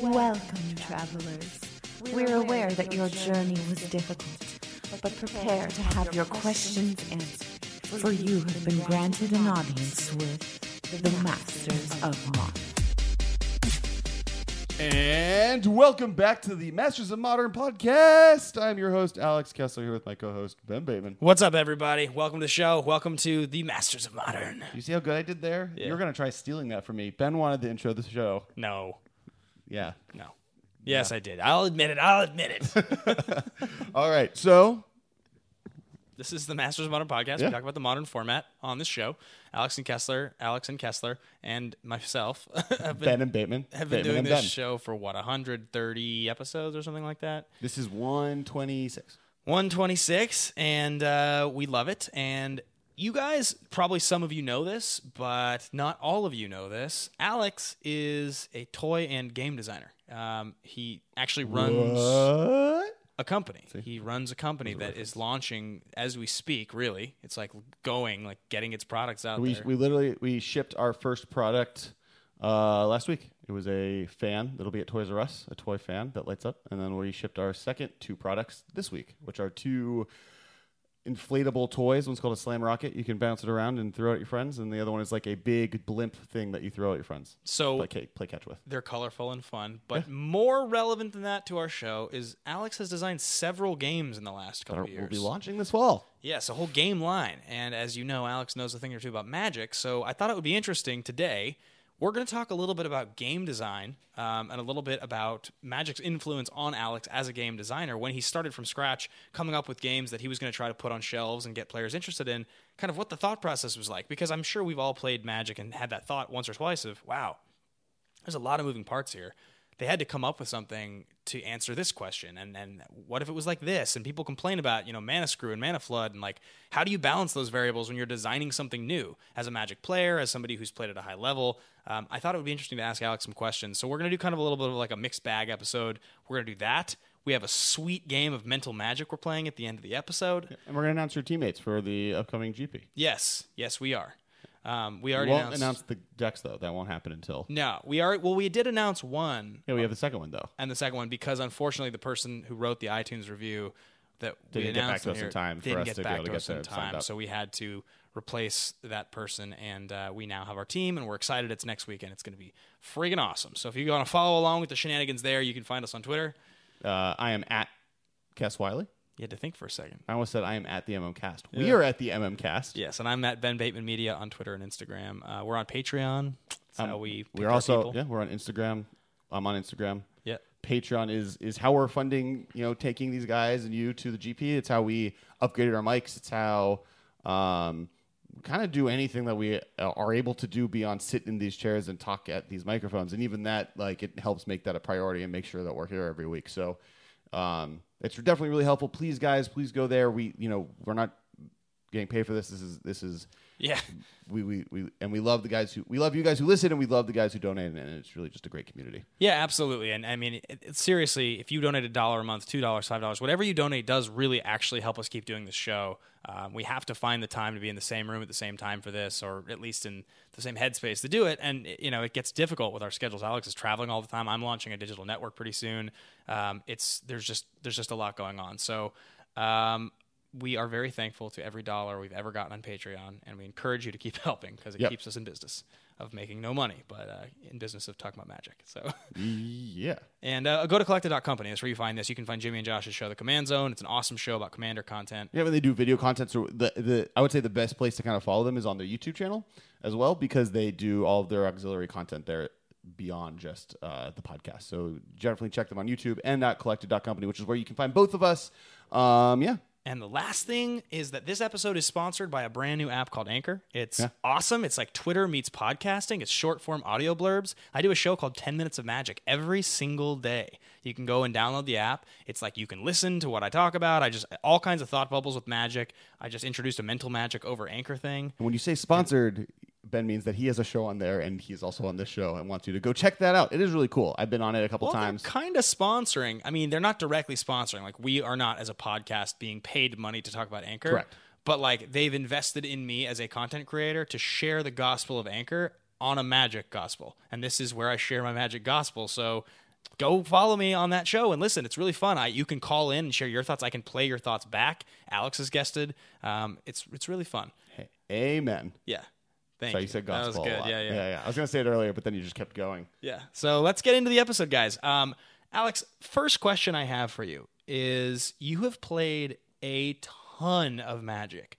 Welcome, travelers. We're aware that your journey was difficult, but prepare to have your questions answered, for you have been granted an audience with the Masters of Modern. And welcome back to the Masters of Modern podcast. I'm your host, Alex Kessler, here with my co host, Ben Bateman. What's up, everybody? Welcome to the show. Welcome to the Masters of Modern. You see how good I did there? You were going to try stealing that from me. Ben wanted to intro the show. No, Yeah. no. Yes, I did. I'll admit it. I'll admit it. All right. So, this is the Masters of Modern podcast. Yeah. We talk about the modern format on this show. Alex and Kessler, Alex and Kessler, and myself have been, Ben and Bateman. have been Bateman doing and this Ben. show for what 130 episodes or something like that. This is 126. 126 and uh, we love it and you guys probably some of you know this but not all of you know this alex is a toy and game designer um, he actually runs What? a company he runs a company that is launching as we speak really it's like going like getting its products out We, there we literally we shipped our first product uh, last week. It was a fan that'll be at Toys R Us, a toy fan that lights up, and then we shipped our second two products this week, which are two inflatable toys. One's called a slam rocket. You can bounce it around and throw it at your friends, and the other one is like a big blimp thing that you throw at your friends. so Play, ca- play catch with. they're colorful and fun but more relevant than that to our show is alex has designed several games in the last couple We'll of years be launching this fall. Yes, a whole game line. And as you know, Alex knows a thing or two about magic. So I thought it would be interesting today. We're going to talk a little bit about game design um, and a little bit about magic's influence on Alex as a game designer when he started from scratch, coming up with games that he was going to try to put on shelves and get players interested in, kind of what the thought process was like. Because I'm sure we've all played magic and had that thought once or twice of, wow, there's a lot of moving parts here. They had to come up with something to answer this question, and and what if it was like this? And people complain about you know mana screw and mana flood, and like how do you balance those variables when you're designing something new as a Magic player, as somebody who's played at a high level? Um, I thought it would be interesting to ask Alex some questions, so we're gonna do kind of a little bit of like a mixed bag episode. We're gonna do that. We have a sweet game of mental magic we're playing at the end of the episode. And we're going to announce your teammates for the upcoming GP. Yes, yes, we are. Um, we We already won't announced. announce the decks, though. That won't happen until. no, we are. Well, we did announce one Yeah, we have the second one, though. and the second one because unfortunately the person who wrote the iTunes review that we Didn't get back announced to on us in here time for didn't us get to be back able to to get us in that signed time, up. so we had to replace that person, and uh, we now have our team, and we're excited. It's next weekend. It's going to be friggin' awesome. So if you want to follow along with the shenanigans there, you can find us on Twitter. Uh, I am at Cass Wiley. You had to think for a second. I almost said I am at the MM Cast. We are at the MM Cast. Yes, and I'm at Ben Bateman Media on Twitter and Instagram. Uh, we're on Patreon. That's how we pick Um, We're our also people. yeah, we're on Instagram. I'm on Instagram. Yeah. Patreon is is how we're funding, you know, taking these guys and you to the GP. It's how we upgraded our mics. It's how um kind of do anything that we uh, are able to do beyond sit in these chairs and talk at these microphones. And even that like it helps make that a priority and make sure that we're here every week. So um it's definitely really helpful. Please guys, please go there. We you know, we're not getting paid for this. This is this is yeah. we, we, we and we love the guys who we love you guys who listen and we love the guys who donate and it's really just a great community. Yeah, absolutely. And I mean, it, it- seriously, if you donate a dollar a month, two dollars, five dollars, whatever you donate does really actually help us keep doing this show. Um, we have to find the time to be in the same room at the same time for this, or at least in the same headspace to do it. And you know, it gets difficult with our schedules. Alex is traveling all the time. I'm launching a digital network pretty soon. Um, it's there's just there's just a lot going on. So. Um, we are very thankful to every dollar we've ever gotten on Patreon, and we encourage you to keep helping because it Yep. keeps us in business of making no money, but uh, in business of talking about magic. So Yeah. and uh, go to collective.company. That's where you find this. You can find Jimmy and Josh's show, The Command Zone. It's an awesome show about commander content. Yeah, when they do video content, so the, the I would say the best place to kind of follow them is on their YouTube channel as well because they do all of their auxiliary content there beyond just uh, the podcast. So definitely check them on YouTube and at collected.company, which is where you can find both of us. Um, yeah. And the last thing is that this episode is sponsored by a brand new app called Anchor. It's awesome. It's like Twitter meets podcasting. It's short form audio blurbs. I do a show called 10 Minutes of Magic every single day. You can go and download the app. It's like you can listen to what I talk about. I just all kinds of thought bubbles with magic. I just introduced a mental magic over Anchor thing. And when you say sponsored, Ben means that he has a show on there and he's also on this show and wants you to go check that out. It is really cool. I've been on it a couple times. Kind of sponsoring. I mean, they're not directly sponsoring. Like we are not as a podcast being paid money to talk about Anchor. Correct. But like they've invested in me as a content creator to share the gospel of Anchor on a magic gospel. And this is where I share my magic gospel. So go follow me on that show and listen. It's really fun. I, you can call in and share your thoughts. I can play your thoughts back. Alex has guested. Um, it's it's really fun. Amen. Yeah. Thank So you. you said that was gospel. good. A lot. Yeah, yeah, yeah, I was gonna say it earlier, but then you just kept going. yeah. So let's get into the episode, guys. Um, Alex, first question I have for you is: You have played a ton of Magic.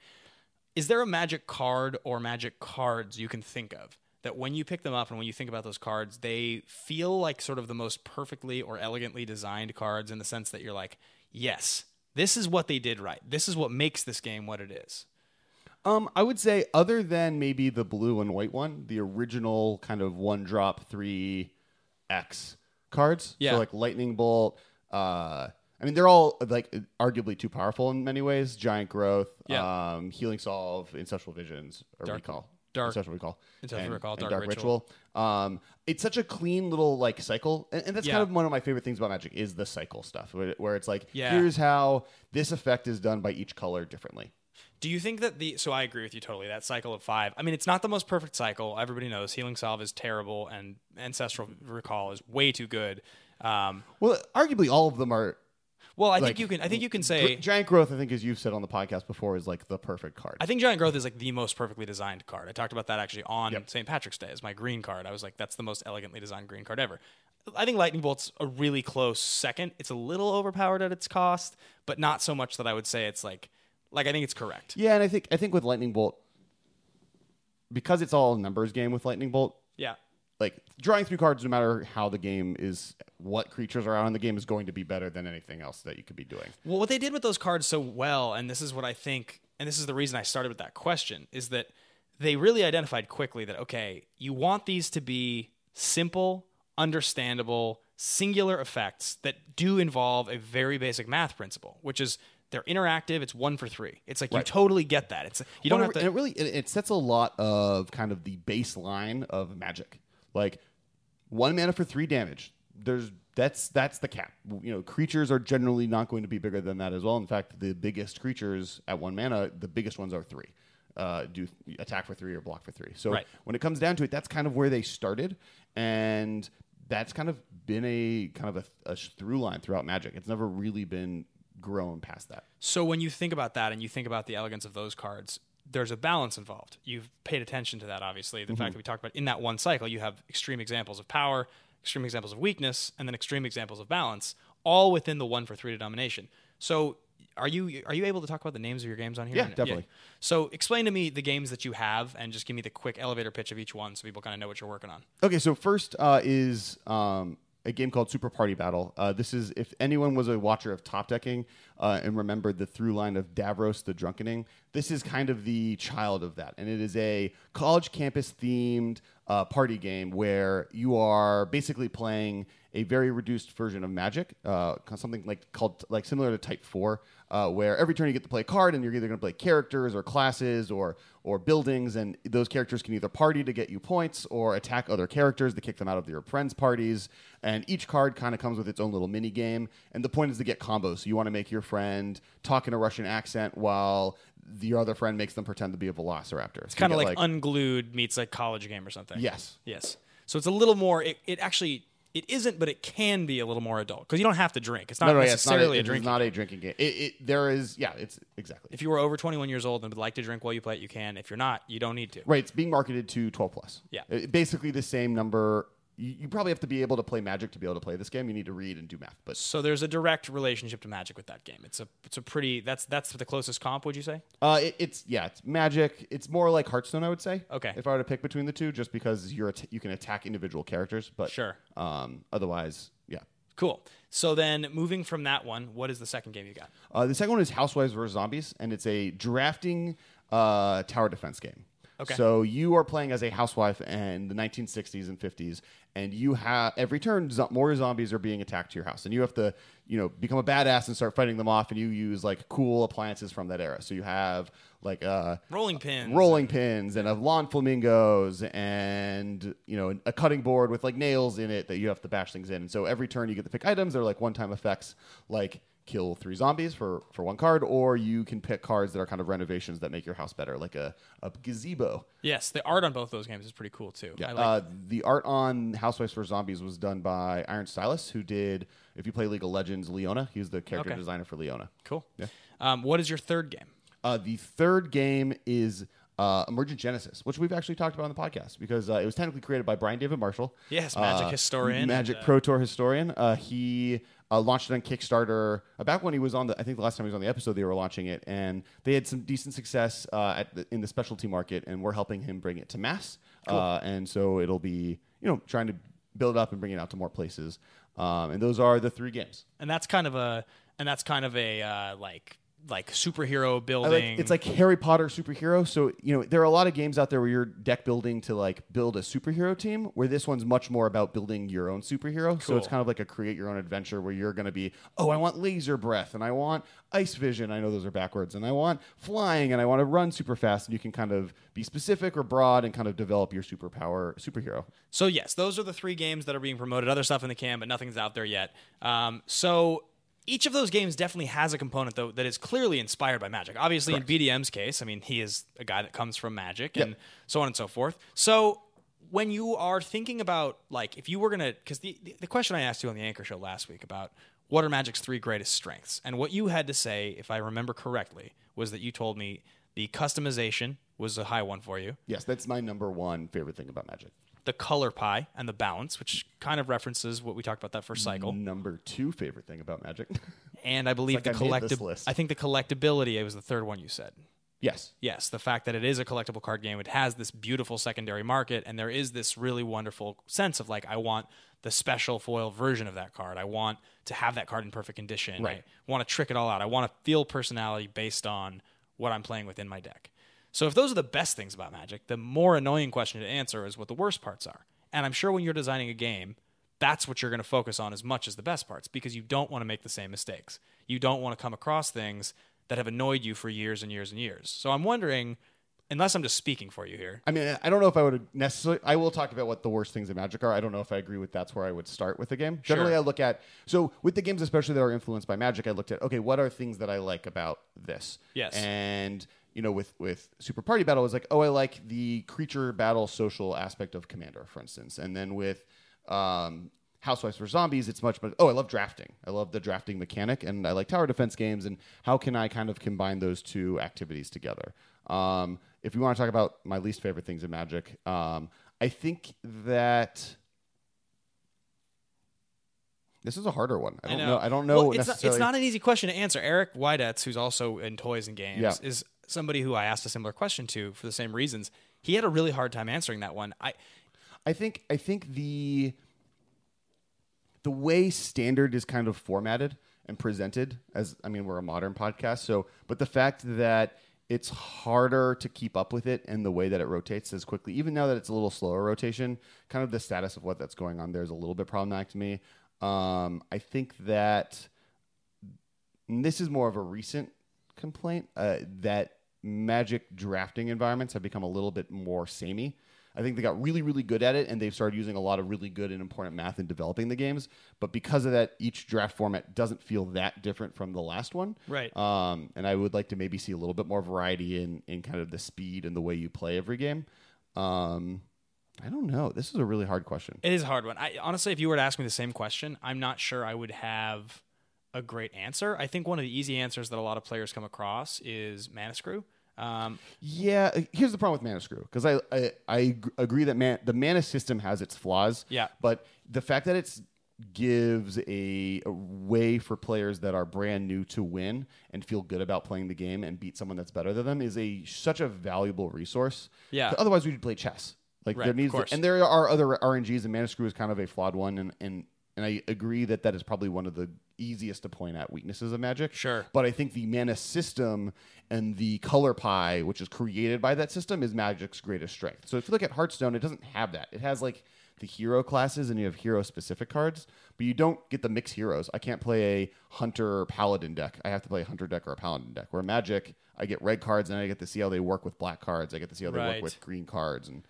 Is there a Magic card or Magic cards you can think of that, when you pick them up and when you think about those cards, they feel like sort of the most perfectly or elegantly designed cards in the sense that you're like, yes, this is what they did right. This is what makes this game what it is. Um, I would say other than maybe the blue and white one, the original kind of one drop three X cards. Yeah. So like lightning bolt. Uh, I mean they're all like arguably too powerful in many ways. Giant growth. Yeah. Um, healing solve, ancestral visions, or Dark- recall. Dark- Ancestral recall. Ancestral and- Recall, and Dark ritual. Um, it's such a clean little like cycle, and, and that's Yeah. kind of one of my favorite things about Magic is the cycle stuff, where, where it's like Yeah. here's how this effect is done by each color differently. Do you think that the so I agree with you totally that cycle of five? I mean, it's not the most perfect cycle. Everybody knows healing salve is terrible, and ancestral recall is way too good. Um, Well, arguably all of them are well, I Like, think you can. I think you can Gr- say. giant growth. I think, as you've said on the podcast before, is like the perfect card. I think Giant Growth is like the most perfectly designed card. I talked about that actually on Yep. St. Patrick's Day as my green card. I was like, that's the most elegantly designed green card ever. I think Lightning Bolt's a really close second. It's a little overpowered at its cost, but not so much that I would say it's like, like I think it's correct. yeah, and I think I think with lightning bolt, because it's all a numbers game with lightning bolt, Yeah. like drawing three cards, no matter how the game is, what creatures are out in the game, is going to be better than anything else that you could be doing. Well, what they did with those cards so well, and this is what I think, and this is the reason I started with that question, is that they really identified quickly that, okay, you want these to be simple, understandable, singular effects that do involve a very basic math principle, which is they're interactive, it's one for three. It's like you totally get that. It's you don't Well, have and to it really it, it sets a lot of kind of the baseline of magic like one mana for three damage there's that's that's the cap you know creatures are generally not going to be bigger than that as well in fact the biggest creatures at one mana the biggest ones are three uh, do attack for three or block for three so Right. when it comes down to it that's kind of where they started and that's kind of been a kind of a, a through line throughout magic it's never really been grown past that So when you think about that and you think about the elegance of those cards, there's a balance involved. You've paid attention to that, obviously. The Mm-hmm. fact that we talked about in that one cycle, you have extreme examples of power, extreme examples of weakness, and then extreme examples of balance, all within the one for three denomination. So are you are you able to talk about the names of your games on here? Yeah, definitely. So explain to me the games that you have and just give me the quick elevator pitch of each one so people kind of know what you're working on. Okay, so first uh, is um, a game called Super Party Battle. Uh, this is if anyone was a watcher of Top Decking uh, and remembered the through line of Davros the Drunkening, this is kind of the child of that, and it is a college campus themed uh, party game where you are basically playing a very reduced version of Magic, uh, something like called like similar to Type Four, uh, where every turn you get to play a card, and you're either going to play characters or classes or or buildings, and those characters can either party to get you points or attack other characters to kick them out of your friends' parties. And each card kind of comes with its own little mini game, and the point is to get combos. So you want to make your friend talk in a Russian accent while your other friend makes them pretend to be a Velociraptor. It's kind of like, unglued meets like college game or something. Yes. Yes. So it's a little more. It, it actually it isn't, but it can be a little more adult because you don't have to drink. It's not no, no, yeah, it's not necessarily a, a drink. It's not a drinking game. It, it, there is, yeah, it's exactly. if you are over 21 years old and would like to drink while you play it, you can. If you're not, you don't need to. Right, it's being marketed to 12 plus. Yeah. Uh, basically the same number. You, you probably have to be able to play Magic to be able to play this game. You need to read and do math, but So there's a direct relationship to Magic with that game. It's a it's a pretty that's that's the closest comp. Would you say? uh, it, it's yeah, it's Magic. It's more like Hearthstone, I would say. Okay. If I were to pick between the two, just because you're at- you can attack individual characters, but Sure. Um, otherwise, yeah. Cool. So then moving from that one, what is the second game you got? Uh, the second one is Housewives vs Zombies, and it's a drafting uh, tower defense game. Okay. So you are playing as a housewife in the 1960s and 50s, and you have every turn zo- more zombies are being attacked to your house, and you have to, you know, become a badass and start fighting them off, and you use like cool appliances from that era. So you have like uh, Rolling pins. rolling pins and of lawn flamingos and you know a cutting board with like nails in it that you have to bash things in and so every turn you get to pick items they're like one-time effects like kill three zombies for for one card, or you can pick cards that are kind of renovations that make your house better, like a a gazebo. Yes, the art on both those games is pretty cool too. Yeah. I like uh, the art on Housewives vs. Zombies was done by Iron Stylus, who did, if you play League of Legends, Leona. He's the character Okay. designer for Leona. Cool. Um, what is your third game? Uh, the third game is uh, Emergent Genesis, which we've actually talked about on the podcast because uh, it was technically created by Brian David Marshall. Yes, Magic uh, historian Magic and, uh, Pro Tour historian. Uh, he uh, launched it on Kickstarter uh, back when he was on the, I think the last time he was on the episode, they were launching it, and they had some decent success uh, at the, in the specialty market, and we're helping him bring it to mass. Uh, and so it'll be, you know, trying to build it up and bring it out to more places. Um, and those are the three games. And that's kind of a and that's kind of a uh, like like superhero I building. like- it's like Harry Potter superhero. So you know there are a lot of games out there where you're deck building to like build a superhero team. Where this one's much more about building your own superhero. So it's Cool. kind of like a create your own adventure where you're going to be oh I want laser breath and I want ice vision. I know those are backwards and I want flying and I want to run super fast. And you can kind of be specific or broad and kind of develop your superpower superhero. So yes, those are the three games that are being promoted. Other stuff in the can, but nothing's out there yet. Um, so each of those games definitely has a component though that is clearly inspired by Magic. Obviously, in BDM's case, I mean, he is a guy that comes from Magic and so on and so forth. So when you are thinking about like if you were gonna, because the the- the question I asked you on the Anchor Show last week about what are Magic's three greatest strengths, and what you had to say, if I remember correctly, was that you told me the customization was a high one for you Yes, that's my number one favorite thing about Magic. the color pie and the balance, which kind of references what we talked about that first cycle. Number two favorite thing about Magic. And I believe Mm-hmm. like the I made this collectible. list. I think the collectability was the third one you said. yes. Yes, the fact that it is a collectible card game, it has this beautiful secondary market, and there is this really wonderful sense of like, I want the special foil version of that card. I want to have that card in perfect condition. Right. I want to trick it all out. I want to feel personality based on what I'm playing within my deck. So if those are the best things about Magic, the more annoying question to answer is what the worst parts are. And I'm sure when you're designing a game, that's what you're going to focus on as much as the best parts because you don't want to make the same mistakes. You don't want to come across things that have annoyed you for years and years and years. So I'm wondering, unless I'm just speaking for you here, I mean, I don't know if I would necessarily. I will talk about what the worst things in Magic are. I don't know if I agree with that's where I would start with the game. Generally, I look at so with the games, especially that are influenced by Magic, I looked at okay, what are things that I like about this? Yes. and you know, with with Super Party Battle, I was like, oh, I like the creature battle social aspect of Commander, for instance, and then with um, Housewives for Zombies, it's much, but oh, I love drafting. I love the drafting mechanic, and I like tower defense games. And how can I kind of combine those two activities together? Um, if you want to talk about my least favorite things in Magic, um, I think that this is a harder one. I don't know. I don't know Well, it's, not, necessarily. it's not an easy question to answer. Eric Wydetz, who's also in toys and games, Yeah. is somebody who I asked a similar question to for the same reasons. He had a really hard time answering that one. I I think I think the the way standard is kind of formatted and presented as I mean we're a modern podcast so but the fact that it's harder to keep up with it and the way that it rotates as quickly even now that it's a little slower rotation kind of the status of what that's going on there is a little bit problematic to me um, I think that and this is more of a recent complaint uh, that magic drafting environments have become a little bit more samey. I think they got really, really good at it, and they've started using a lot of really good and important math in developing the games. But because of that, each draft format doesn't feel that different from the last one. Right. Um, and I would like to maybe see a little bit more variety in in kind of the speed and the way you play every game. Um, I don't know. This is a really hard question. It is a hard one. I honestly, if you were to ask me the same question, I'm not sure I would have a great answer. I think one of the easy answers that a lot of players come across is Mana Screw. Um, Yeah, uh, here's the problem with Mana Screw because I, I I ag- agree that man the Mana system has its flaws. Yeah. but the fact that it's gives a, a way for players that are brand new to win and feel good about playing the game and beat someone that's better than them is a such a valuable resource. Yeah. Otherwise, we'd play chess. Like Right, there of needs to, course. and there are other RNGs and Mana Screw is kind of a flawed one and and and I agree that that is probably one of the easiest to point out weaknesses of Magic. Sure. But I think the mana system and the color pie, which is created by that system, is Magic's greatest strength. So if you look at Hearthstone, it doesn't have that. It has like the hero classes and you have hero specific cards, but you don't get the mixed heroes. I can't play a hunter or paladin deck. I have to play a hunter deck or a paladin deck. Where Magic, I get red cards and I get to see how they work with black cards. I get to see how they Right. work with green cards and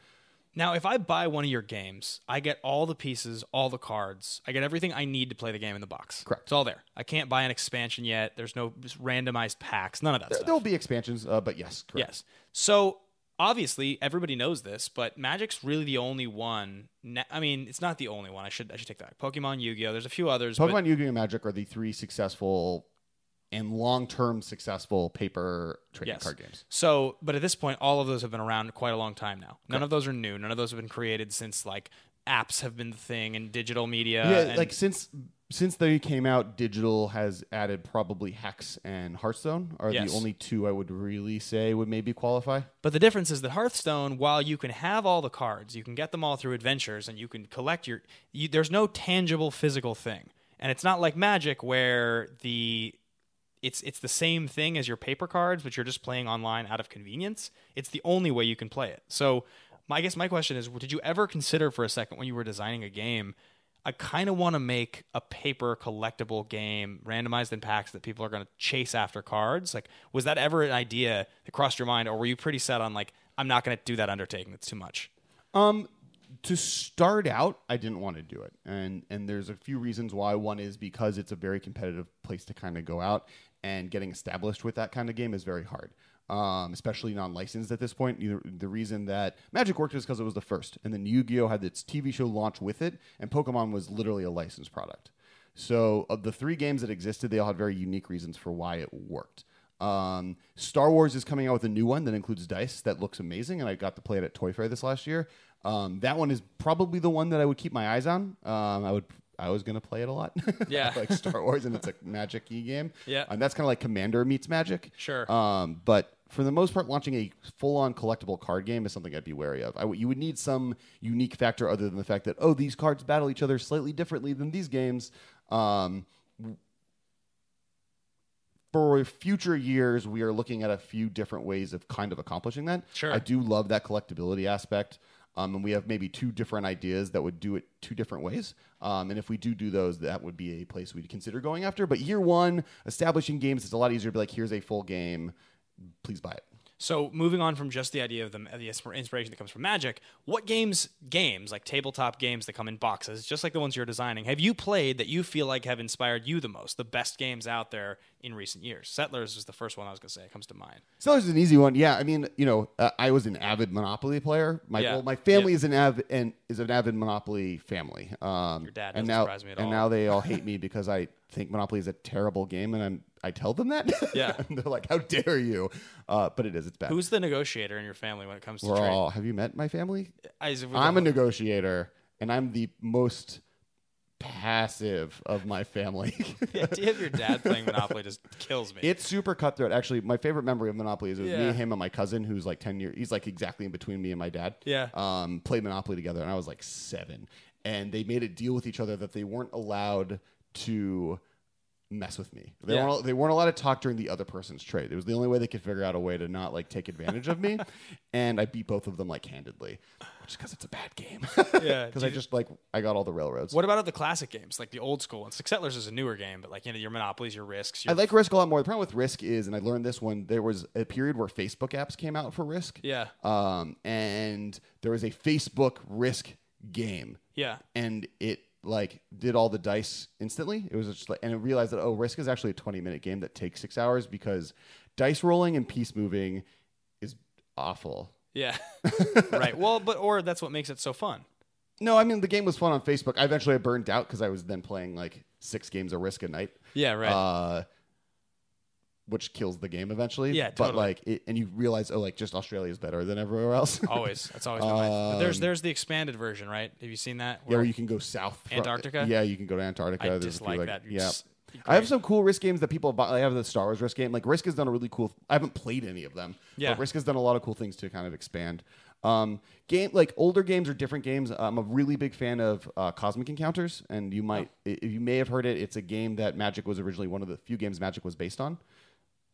Now, if I buy one of your games, I get all the pieces, all the cards. I get everything I need to play the game in the box. Correct. It's all there. I can't buy an expansion yet. There's no just randomized packs. None of that There- stuff. There'll be expansions, uh, but yes, correct. Yes. So obviously everybody knows this, but Magic's really the only one. Na- I mean, it's not the only one. I should I should take that. back. Pokemon, Yu-Gi-Oh. There's a few others. but- Pokemon Yu Gi Oh! Magic are the three successful and long term successful paper trading Yes. card games. So, but at this point, all of those have been around quite a long time now. None of those are new. None of those have been created since like apps have been the thing and digital media. yeah, Uh, and- like since since they came out, digital has added probably Hex and Hearthstone are Yes. the only two I would really say would maybe qualify. But the difference is that Hearthstone, while you can have all the cards, you can get them all through adventures, and you can collect your. You, there's no tangible physical thing, and it's not like Magic where the. It's, it's the same thing as your paper cards, but you're just playing online out of convenience. It's the only way you can play it. So, my, I guess my question is Did you ever consider for a second when you were designing a game, I kind of want to make a paper collectible game randomized in packs that people are going to chase after cards. Like, was that ever an idea that crossed your mind, or were you pretty set on like, I'm not going to do that undertaking. It's too much. Um, to start out, I didn't want to do it, and and there's a few reasons why. One is because it's a very competitive place to kind of go out, and getting established with that kind of game is very hard. Um, especially non-licensed at this point. You- The reason that Magic worked is because it was the first, and then Yu-Gi-Oh had its TV show launch with it, and Pokemon was literally a licensed product. So of the three games that existed, they all had very unique reasons for why it worked. Um, Star Wars is coming out with a new one that includes dice that looks amazing, and I got to play it at Toy Fair this last year. Um, that one is probably the one that I would keep my eyes on. Um, I would. I was gonna play it a lot. Yeah. I like Star Wars, and it's a magic y game. Yeah. and that's kind of like Commander meets Magic. Sure. Um, but for the most part, launching a full-on collectible card game is something I'd be wary of. I w- you would need some unique factor other than the fact that oh, these cards battle each other slightly differently than these games. Um, for future years, we are looking at a few different ways of kind of accomplishing that. Sure. I do love that collectability aspect. Um, and we have maybe two different ideas that would do it two different ways. Um, and if we do do those, that would be a place we'd consider going after. But year one, establishing games, it's a lot easier to be like, here's a full game. Please buy it. So moving on from just the idea of the, the inspir- inspiration that comes from Magic, what games, games like tabletop games that come in boxes, just like the ones you're designing, have you played that you feel like have inspired you the most? The best games out there in recent years. Settlers is the first one I was going to say. It comes to mind. Sellers is an easy one. Yeah, I mean, you know, uh, I was an avid Monopoly player. My Yeah. well, my family Yeah. is an av- and is an avid Monopoly family. Um, Your dad doesn't and now, surprise me at And all. now they all hate me because I think Monopoly is a terrible game, and I'm I tell them that. Yeah. and they're like, "How dare you?" Uh, but it is. It's bad. Who's the negotiator in your family when it comes to We're trade? all. Have you met my family? I- is it- I'm a negotiator, and I'm the most passive of my family. The idea of your dad playing Monopoly just kills me. It's super cutthroat. Actually, my favorite memory of Monopoly is it was Yeah. me, him, and my cousin, who's like ten years. He's like exactly in between me and my dad. Yeah. Um, played Monopoly together, and I was like seven, and they made a deal with each other that they weren't allowed to mess with me. They Yeah. weren't. They weren't allowed to talk during the other person's trade. It was the only way they could figure out a way to not like take advantage of me, and I beat both of them like handedly, which is because it's a bad game. Yeah, Because do I you- just like I got all the railroads. what about the classic games, like the old school ones? Like Settlers is a newer game, but like you know your Monopolies, your Risks. Your, I like Risk a lot more. The problem with Risk is, and I learned this one, there was a period where Facebook apps came out for Risk. Yeah. Um, and there was a Facebook Risk game. Yeah. And it like did all the dice instantly. It was just like, and it realized that, oh, Risk is actually a 20 minute game that takes six hours because dice rolling and piece moving is awful. Yeah. right. Well, but or that's what makes it so fun. No, I mean, the game was fun on Facebook. I eventually I burned out because I was then playing like six games of Risk a night. Yeah. Right. uh, which kills the game eventually. Yeah, But totally. like, it, and you realize, oh, like just Australia is better than everywhere else. always. That's always been my. But there's there's the expanded version, right? Have you seen that? Um, yeah, Where- where you can go south. fro- Antarctica? yeah, you can go to Antarctica. I There's a few, dislike like- that. Yeah. It's I have great. some cool Risk games that people have bought. I have the Star Wars Risk game. Like Risk has done a really cool. I haven't played any of them. Yeah. But Risk has done a lot of cool things to kind of expand. Um, game like older games or different games. I'm a really big fan of uh, Cosmic Encounters, and you might Oh. i- you may have heard it. It's a game that Magic was originally one of the few games Magic was based on.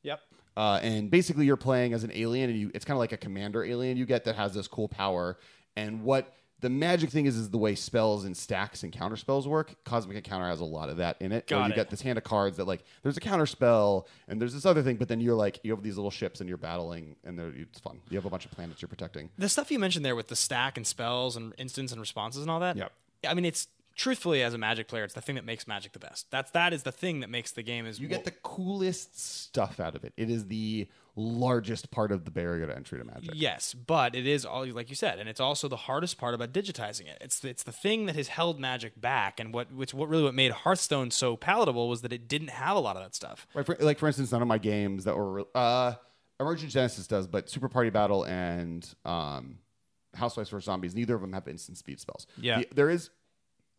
Yep. Uh, and basically, you're playing as an alien, and you, it's kind of like a commander alien you get that has this cool power. And what the magic thing is is the way spells and stacks and counter spells work. Cosmic Encounter has a lot of that in it. where Got you it. got this hand of cards that like there's a counter spell and there's this other thing, but then you're like you have these little ships and you're battling and they're, it's fun. You have a bunch of planets you're protecting. The stuff you mentioned there with the stack and spells and instants and responses and all that. Yep. I mean, it's truthfully as a Magic player, it's the thing that makes Magic the best. That's that is the thing that makes the game is You get the coolest stuff out of it. It is the largest part of the barrier to entry to magic. Yes, but it is all like you said, and it's also the hardest part about digitizing it. It's it's the thing that has held Magic back, and what which what really what made Hearthstone so palatable was that it didn't have a lot of that stuff. Right, for, like for instance, none of my games that were uh, Emergent Genesis does, but Super Party Battle and um, Housewives vs Zombies, neither of them have instant speed spells. Yeah. The- there is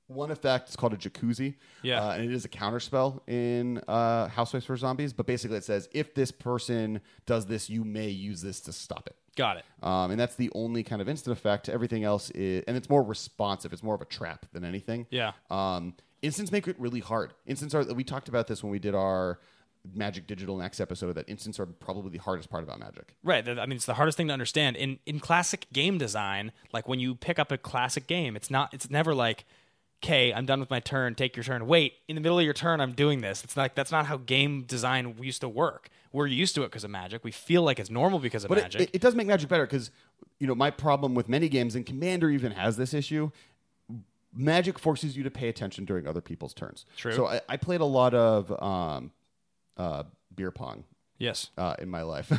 one effect. It's called a jacuzzi. Yeah. uh, and it is a counter spell in uh, Housewives vs Zombies. But basically, it says if this person does this, you may use this to stop it. Got it. Um, and that's the only kind of instant effect. Everything else is, and it's more responsive. It's more of a trap than anything. Yeah. Um, instants make it really hard. Instants are. We talked about this when we did our Magic Digital Next episode. That instants are probably the hardest part about Magic. Right. that- I mean, it's the hardest thing to understand in in classic game design. Like when you pick up a classic game, it's not. It's never like, "Okay, I'm done with my turn. Take your turn." Wait, in the middle of your turn, I'm doing this. It's like that's not how game design used to work. We're used to it because of Magic. We feel like it's normal because of But it- Magic. It, it does make Magic better because you know my problem with many games, and Commander even has this issue. Magic forces you to pay attention during other people's turns. True. So I, I played a lot of um, uh, beer pong. yes. uh, in my life.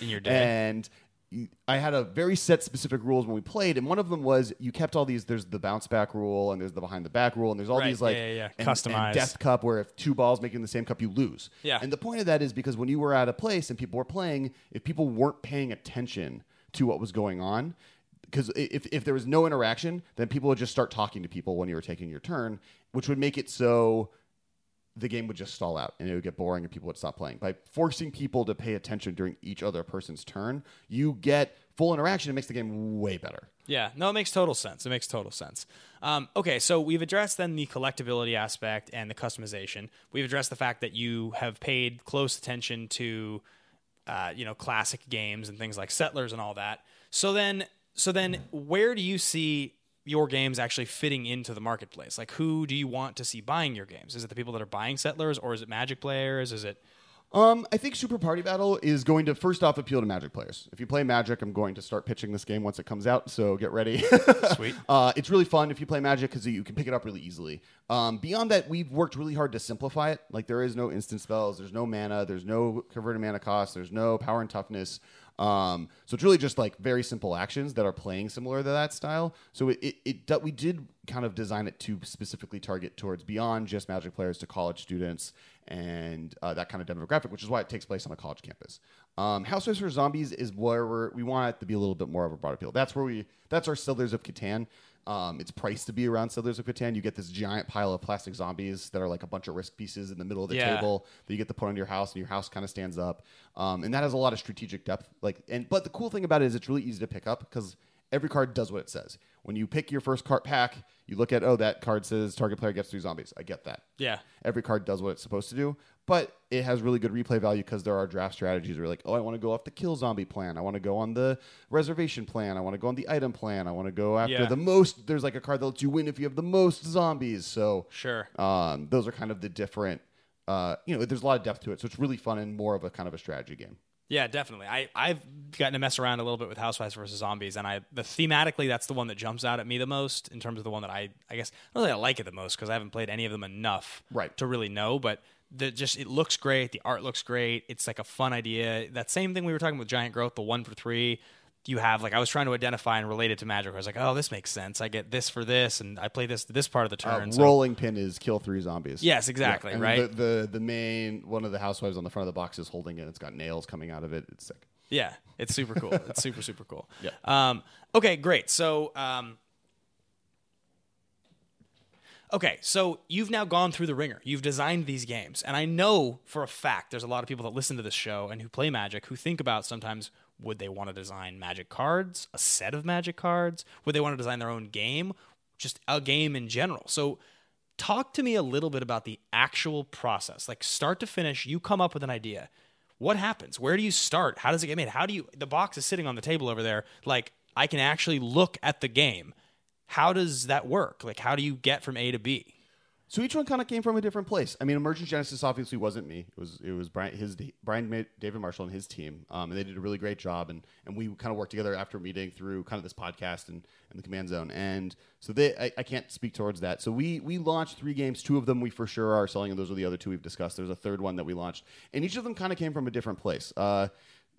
in your day. And you- I had a very set specific rules when we played, and one of them was you kept all these. There's the bounce back rule, and there's the behind the back rule, and there's all Right, these like yeah, yeah, yeah. and- and Customized. death cup where if two balls make it in the same cup, you lose. Yeah. And the point of that is because when you were at a place and people were playing, if people weren't paying attention to what was going on. Because if, if there was no interaction, then people would just start talking to people when you were taking your turn, which would make it so the game would just stall out and it would get boring and people would stop playing. By forcing people to pay attention during each other person's turn, you get full interaction. It makes the game way better. Yeah, no, it makes total sense. It makes total sense. Um, okay, so we've addressed then the collectability aspect and the customization. We've addressed the fact that you have paid close attention to, uh, you know, classic games and things like Settlers and all that. So then, so then, where do you see your games actually fitting into the marketplace? Like, who do you want to see buying your games? Is it the people that are buying Settlers, or is it Magic players? Is it Um, I think Super Party Battle is going to first off appeal to Magic players. If you play Magic, I'm going to start pitching this game once it comes out, so get ready. sweet? Uh, it's really fun if you play Magic because you can pick it up really easily. Um, beyond that, we've worked really hard to simplify it. Like there is no instant spells, there's no mana, there's no converted mana cost, there's no power and toughness. Um, so it's really just like very simple actions that are playing similar to that style. So it, it, it do- we did kind of design it to specifically target towards beyond just Magic players to college students and uh, that kind of demographic, which is why it takes place on a college campus. Um, Housewives for Zombies is where we're, we want it to be a little bit more of a broad appeal. That's where we that's our Settlers of Catan. Um, it's priced to be around Settlers of Catan. You get this giant pile of plastic zombies that are like a bunch of risk pieces in the middle of the Yeah. table that you get to put on your house, and your house kind of stands up. Um, and that has a lot of strategic depth. Like, and but the cool thing about it is it's really easy to pick up because every card does what it says. When you pick your first card pack, you look at oh that card says target player gets three zombies. I get that Yeah. every card does what it's supposed to do, but it has really good replay value because there are draft strategies where you're like, oh, I want to go off the kill zombie plan, I want to go on the reservation plan, I want to go on the item plan, I want to go after Yeah. the most. There's like a card that lets you win if you have the most zombies. So Sure. um, those are kind of the different. Uh, you know, there's a lot of depth to it, so it's really fun and more of a kind of a strategy game. Yeah, definitely. I, I've gotten to mess around a little bit with Housewives versus Zombies, and I the thematically that's the one that jumps out at me the most in terms of the one that I I guess I don't think I like it the most because I haven't played any of them enough Right. to really know. But the just it looks great, the art looks great. It's like a fun idea. That same thing we were talking with Giant Growth, the one for three. You have like I was trying to identify and relate it to Magic. Where I was like, oh, this makes sense. I get this for this, and I play this this part of the Uh, turn. so- rolling pin is kill three zombies. Yes, exactly, and right? The, the the main one of the housewives on the front of the box is holding it. It's got nails coming out of it. It's sick. Yeah, it's super cool. It's super super cool. Yeah. Um. Okay. Great. So. Um, Okay, so you've now gone through the ringer. You've designed these games. And I know for a fact there's a lot of people that listen to this show and who play Magic who think about sometimes would they want to design Magic cards, a set of Magic cards? Would they want to design their own game? Just a game in general. So talk to me a little bit about the actual process. Like start to finish, you come up with an idea. What happens? Where do you start? How does it get made? How do you the box is sitting on the table over there like I can actually look at the game How does that work? Like, how do you get from A to B? So each one kind of came from a different place. I mean, Emergent Genesis obviously wasn't me. It was it was Brian his Brian Ma- David Marshall and his team, um, and they did a really great job. And and we kind of worked together after a meeting through kind of this podcast and, and the Command Zone. And so they I, I can't speak towards that. So we we launched three games. Two of them we for sure are selling, and those are the other two we've discussed. There's a third one that we launched, and each of them kind of came from a different place. Uh,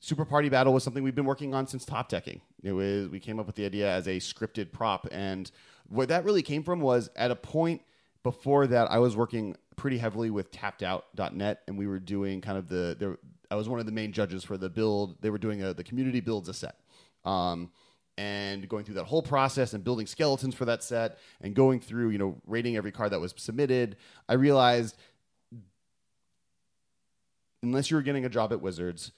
Super Party Battle was something we've been working on since top teching. It was we came up with the idea as a scripted prop, and where that really came from was at a point before that I was working pretty heavily with tappedout.net and we were doing kind of the there I was one of the main judges for the build they were doing a, the community builds a set. Um, and going through that whole process and building skeletons for that set and going through, you know, rating every card that was submitted, I realized unless you were getting a job at Wizards,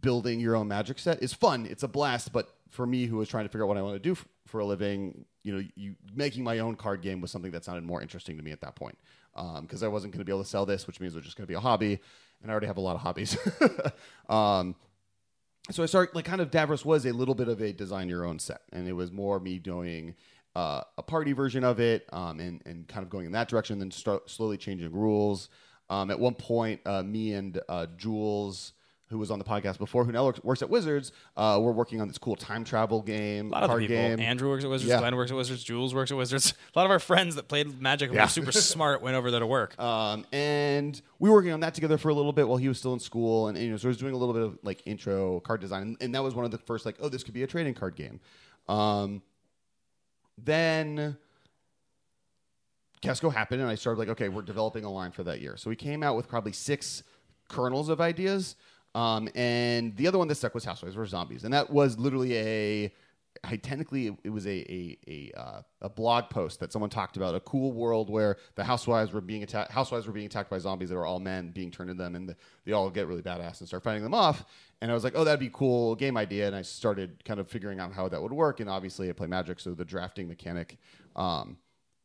building your own magic set is fun. It's a blast, but for me who was trying to figure out what I want to do f- for a living, you know, you making my own card game was something that sounded more interesting to me at that point because I wasn't going to be able to sell this, which means it was just going to be a hobby, and I already have a lot of hobbies. um, so I started like kind of Davros was a little bit of a design your own set, and it was more me doing uh, a party version of it, um, and and kind of going in that direction, then start slowly changing rules. Um, at one point, uh, me and uh, Jules, who was on the podcast before, who now works- works at Wizards, uh, we're working on this cool time travel game, A lot of the card people. game. Andrew works at Wizards. Yeah. Glenn works at Wizards. Jules works at Wizards. A lot of our friends that played Magic and Yeah. were super smart went over there to work. Um, and we were working on that together for a little bit while he was still in school, and, you know, so I was doing a little bit of like intro card design, and, and that was one of the first like, oh, this could be a trading card game. Um, then Casco happened, and I started like, okay, we're developing a line for that year. So we came out with probably six kernels of ideas, um, and the other one that stuck was Housewives or Zombies, and that was literally a. I technically it- it was a a a, uh, a blog post that someone talked about a cool world where the housewives were being attacked housewives were being attacked by zombies that were all men being turned into them and the, they all get really badass and start fighting them off and I was like oh that'd be a cool game idea and I started kind of figuring out how that would work and obviously I play Magic so the drafting mechanic um,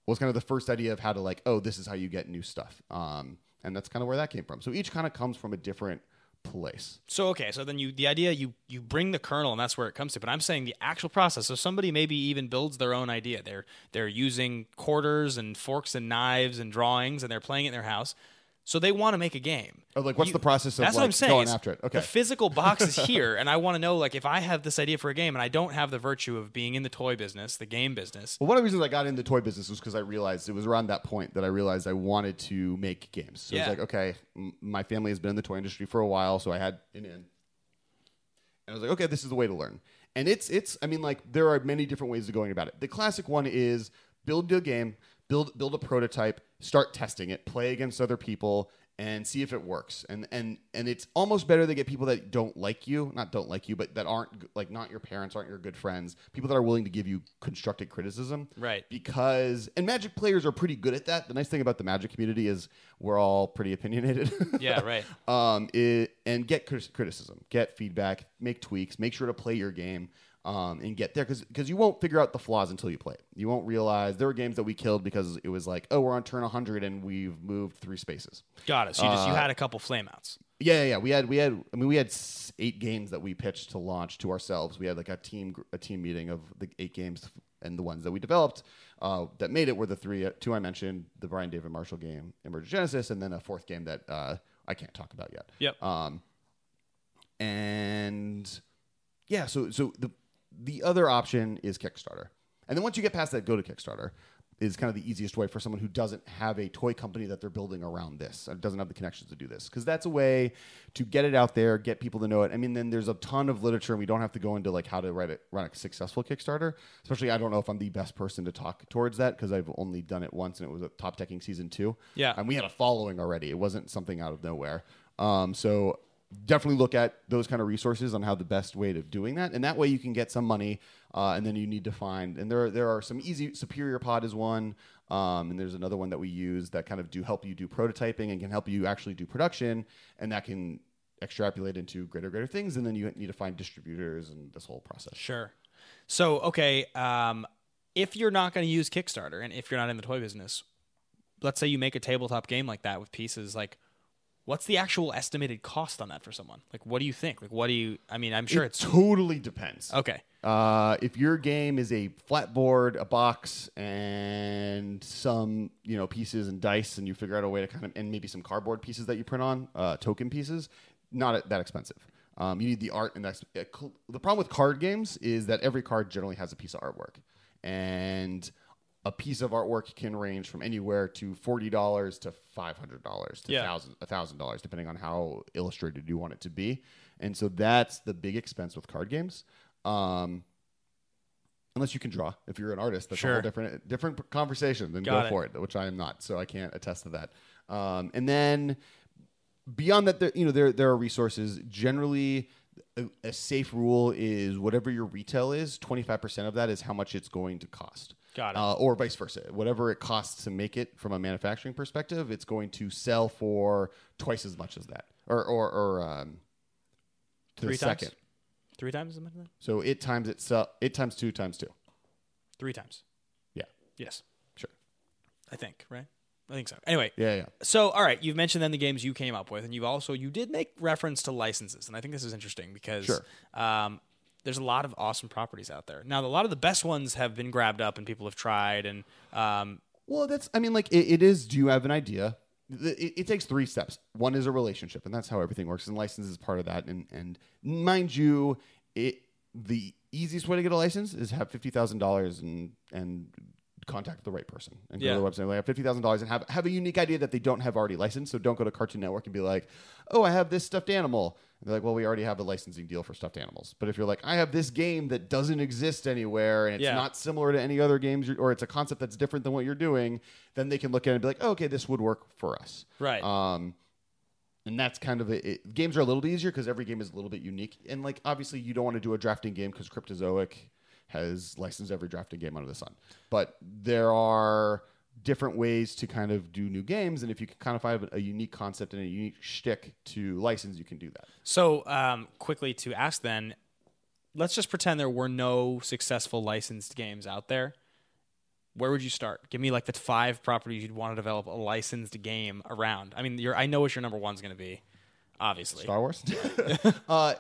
was kind of the first idea of how to like, oh, this is how you get new stuff. Um, and that's kind of where that came from. So each kind of comes from a different place. So okay, so then you the idea you you bring the kernel and that's where it comes to. But I'm saying the actual process. So somebody maybe even builds their own idea. They're they're using quarters and forks and knives and drawings and they're playing it in their house. So they want to make a game. Oh, like, what's the process of, that's what like, I'm saying. going It's- after it? Okay. The physical box is here, and I want to know like if I have this idea for a game and I don't have the virtue of being in the toy business, the game business. Well, one of the reasons I got into the toy business was because I realized it was around that point that I realized I wanted to make games. So Yeah. it's like, okay, m- my family has been in the toy industry for a while, so I had an in. And I was like, okay, this is the way to learn. And it's it's I mean, like there are many different ways of going about it. The classic one is build a game, build build a prototype, start testing it, play against other people, and see if it works. And and and it's almost better to get people that don't like you, not don't like you, but that aren't g- like not your parents, aren't your good friends, people that are willing to give you constructive criticism. Right. Because and magic players are pretty good at that. The nice thing about the magic community is we're all pretty opinionated. Yeah, right. um, it, and get crit- criticism, get feedback, make tweaks, make sure to play your game um, and get there because you won't figure out the flaws until you play it. You won't realize there were games that we killed because it was like, oh, we're on turn 100 and we've moved three spaces. Got it. So you just Uh, you had a couple flameouts. Yeah, yeah, yeah. We had we had I mean we had s- eight games that we pitched to launch to ourselves. We had like a team gr- a team meeting of the eight games and the ones that we developed uh, that made it were the three uh, two I mentioned the Brian David Marshall game, Emergent Genesis, and then a fourth game that uh, I can't talk about yet. Yep. Um, and yeah, so so the the other option is Kickstarter, and then once you get past that, go to Kickstarter is kind of the easiest way for someone who doesn't have a toy company that they're building around this or doesn't have the connections to do this because that's a way to get it out there get people to know it i mean then there's a ton of literature and we don't have to go into like how to write it run a successful kickstarter especially i don't know if i'm the best person to talk towards that because i've only done it once and it was at top teching season two Yeah. and we had a following already. It wasn't something out of nowhere. Um, so definitely look at those kind of resources on how the best way of doing that, and that way you can get some money, uh, and then you need to find. And there there are some easy Superior Pod is one, um, and there's another one that we use that kind of do help you do prototyping and can help you actually do production, and that can extrapolate into greater greater things, and then you need to find distributors and this whole process. Sure. So, okay, um, if you're not going to use Kickstarter and if you're not in the toy business, let's say you make a tabletop game like that with pieces, like What's the actual estimated cost on that for someone? Like, what do you think? Like, what do you? I mean, I'm sure It it's totally depends. okay. Uh, if your game is a flat board, a box, and some you know pieces and dice, and you figure out a way to kind of and maybe some cardboard pieces that you print on, uh, token pieces, not that expensive. Um, you need the art, and that's uh, cl- the problem with card games is that every card generally has a piece of artwork, and a piece of artwork can range from anywhere to forty dollars to five hundred dollars to Yeah. thousand a thousand dollars, depending on how illustrated you want it to be. And so that's the big expense with card games. Um, unless you can draw, if you're an artist, that's a Sure. whole different different conversation. Then Got go it. for it, which I am not, so I can't attest to that. Um, and then beyond that, there you know there there are resources. Generally, a, a safe rule is whatever your retail is, twenty five percent of that is how much it's going to cost. Got it. Uh, or vice versa, whatever it costs to make it from a manufacturing perspective, it's going to sell for twice as much as that, or or, or um, to the Three times. second. Three times as much as that? So it times itself, it times two times two. Three times. Yeah, Yes, sure. I think. Right. I think so. Anyway. Yeah, yeah. So, all right, you've mentioned then the games you came up with, and you've also you did make reference to licenses, and I think this is interesting because Sure. um, there's a lot of awesome properties out there. Now, a lot of the best ones have been grabbed up, and people have tried, and um, Well, that's. I mean, like it, it is. Do you have an idea? The- It, it takes three steps. One is a relationship, and that's how everything works. And license is part of that. And and mind you, it the easiest way to get a license is have fifty thousand dollars and and contact the right person and go Yeah. to the website. Like, I have fifty thousand dollars and have have a unique idea that they don't have already licensed. So don't go to Cartoon Network and be like, oh, I have this stuffed animal. And they're like, well, we already have a licensing deal for stuffed animals. But if you're like, I have this game that doesn't exist anywhere and it's Yeah. not similar to any other games you're- or it's a concept that's different than what you're doing, then they can look at it and be like, oh, okay, this would work for us. Right. Um, and that's kind of a, it. Games are a little bit easier because every game is a little bit unique. And like, obviously, you don't want to do a drafting game because Cryptozoic has licensed every drafting game under the sun. But there are different ways to kind of do new games, and if you can kind of find a unique concept and a unique shtick to license, you can do that. so um, quickly to ask then, let's just pretend there were no successful licensed games out there. Where would you start? Give me like the five properties you'd want to develop a licensed game around. I mean, your I know what your number one's going to be, obviously. Star Wars. uh,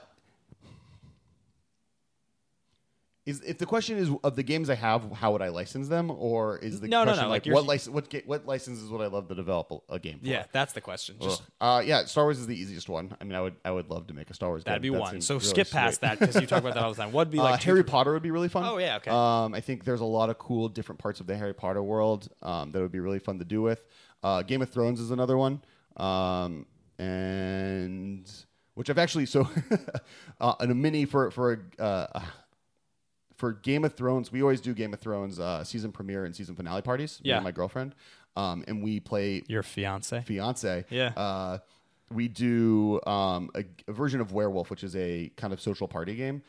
is if the question is of the games I have, how would I license them, or is the No, no, question no, like like, you're- what license, what ga- what licenses would I love to develop a, a game for? Yeah, that's the question. Just Ugh. Uh, yeah, Star Wars is the easiest one. I mean, I would I would love to make a Star Wars. That'd be game. That one. seems So really skip past sweet. that because you talk about that all the time. What'd be Uh, like two, Harry three- Potter would be really fun. Oh, yeah, okay. Um, I think there's a lot of cool different parts of the Harry Potter world um, that would be really fun to do with. Uh, Game of Thrones is another one, um, and which I've actually so uh, and a mini for for a. Uh, for Game of Thrones, we always do Game of Thrones uh, season premiere and season finale parties. me Yeah. and my girlfriend, um, and we play Your fiance. fiance. Yeah. Uh, we do um, a, a version of Werewolf, which is a kind of social party game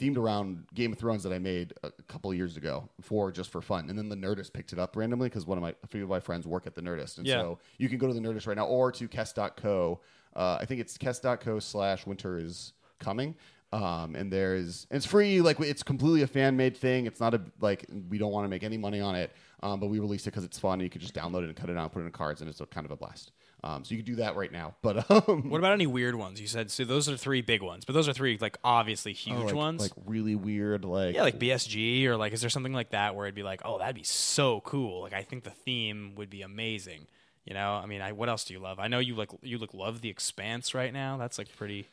themed around Game of Thrones that I made a a couple years ago for just for fun. And then the Nerdist picked it up randomly because one of my a few of my friends work at the Nerdist. And Yeah. so you can go to the Nerdist right now or to Kess.co. Uh, I think it's Kess.co slash winter is coming. Um, and there's and it's free like it's completely a fan made thing. It's not a like we don't want to make any money on it, um, but we released it because it's fun. And you can just download it and cut it out, put it in cards, and it's a, kind of a blast. Um, so you can do that right now. But um, What about any weird ones? You said so. Those are three big ones, but those are three like obviously huge Oh, like, ones. like really weird like yeah, like BSG or like is there something like that where it'd be like, oh, that'd be so cool. Like I think the theme would be amazing. You know, I mean, I what else do you love? I know you like you look love the Expanse right now. That's like pretty.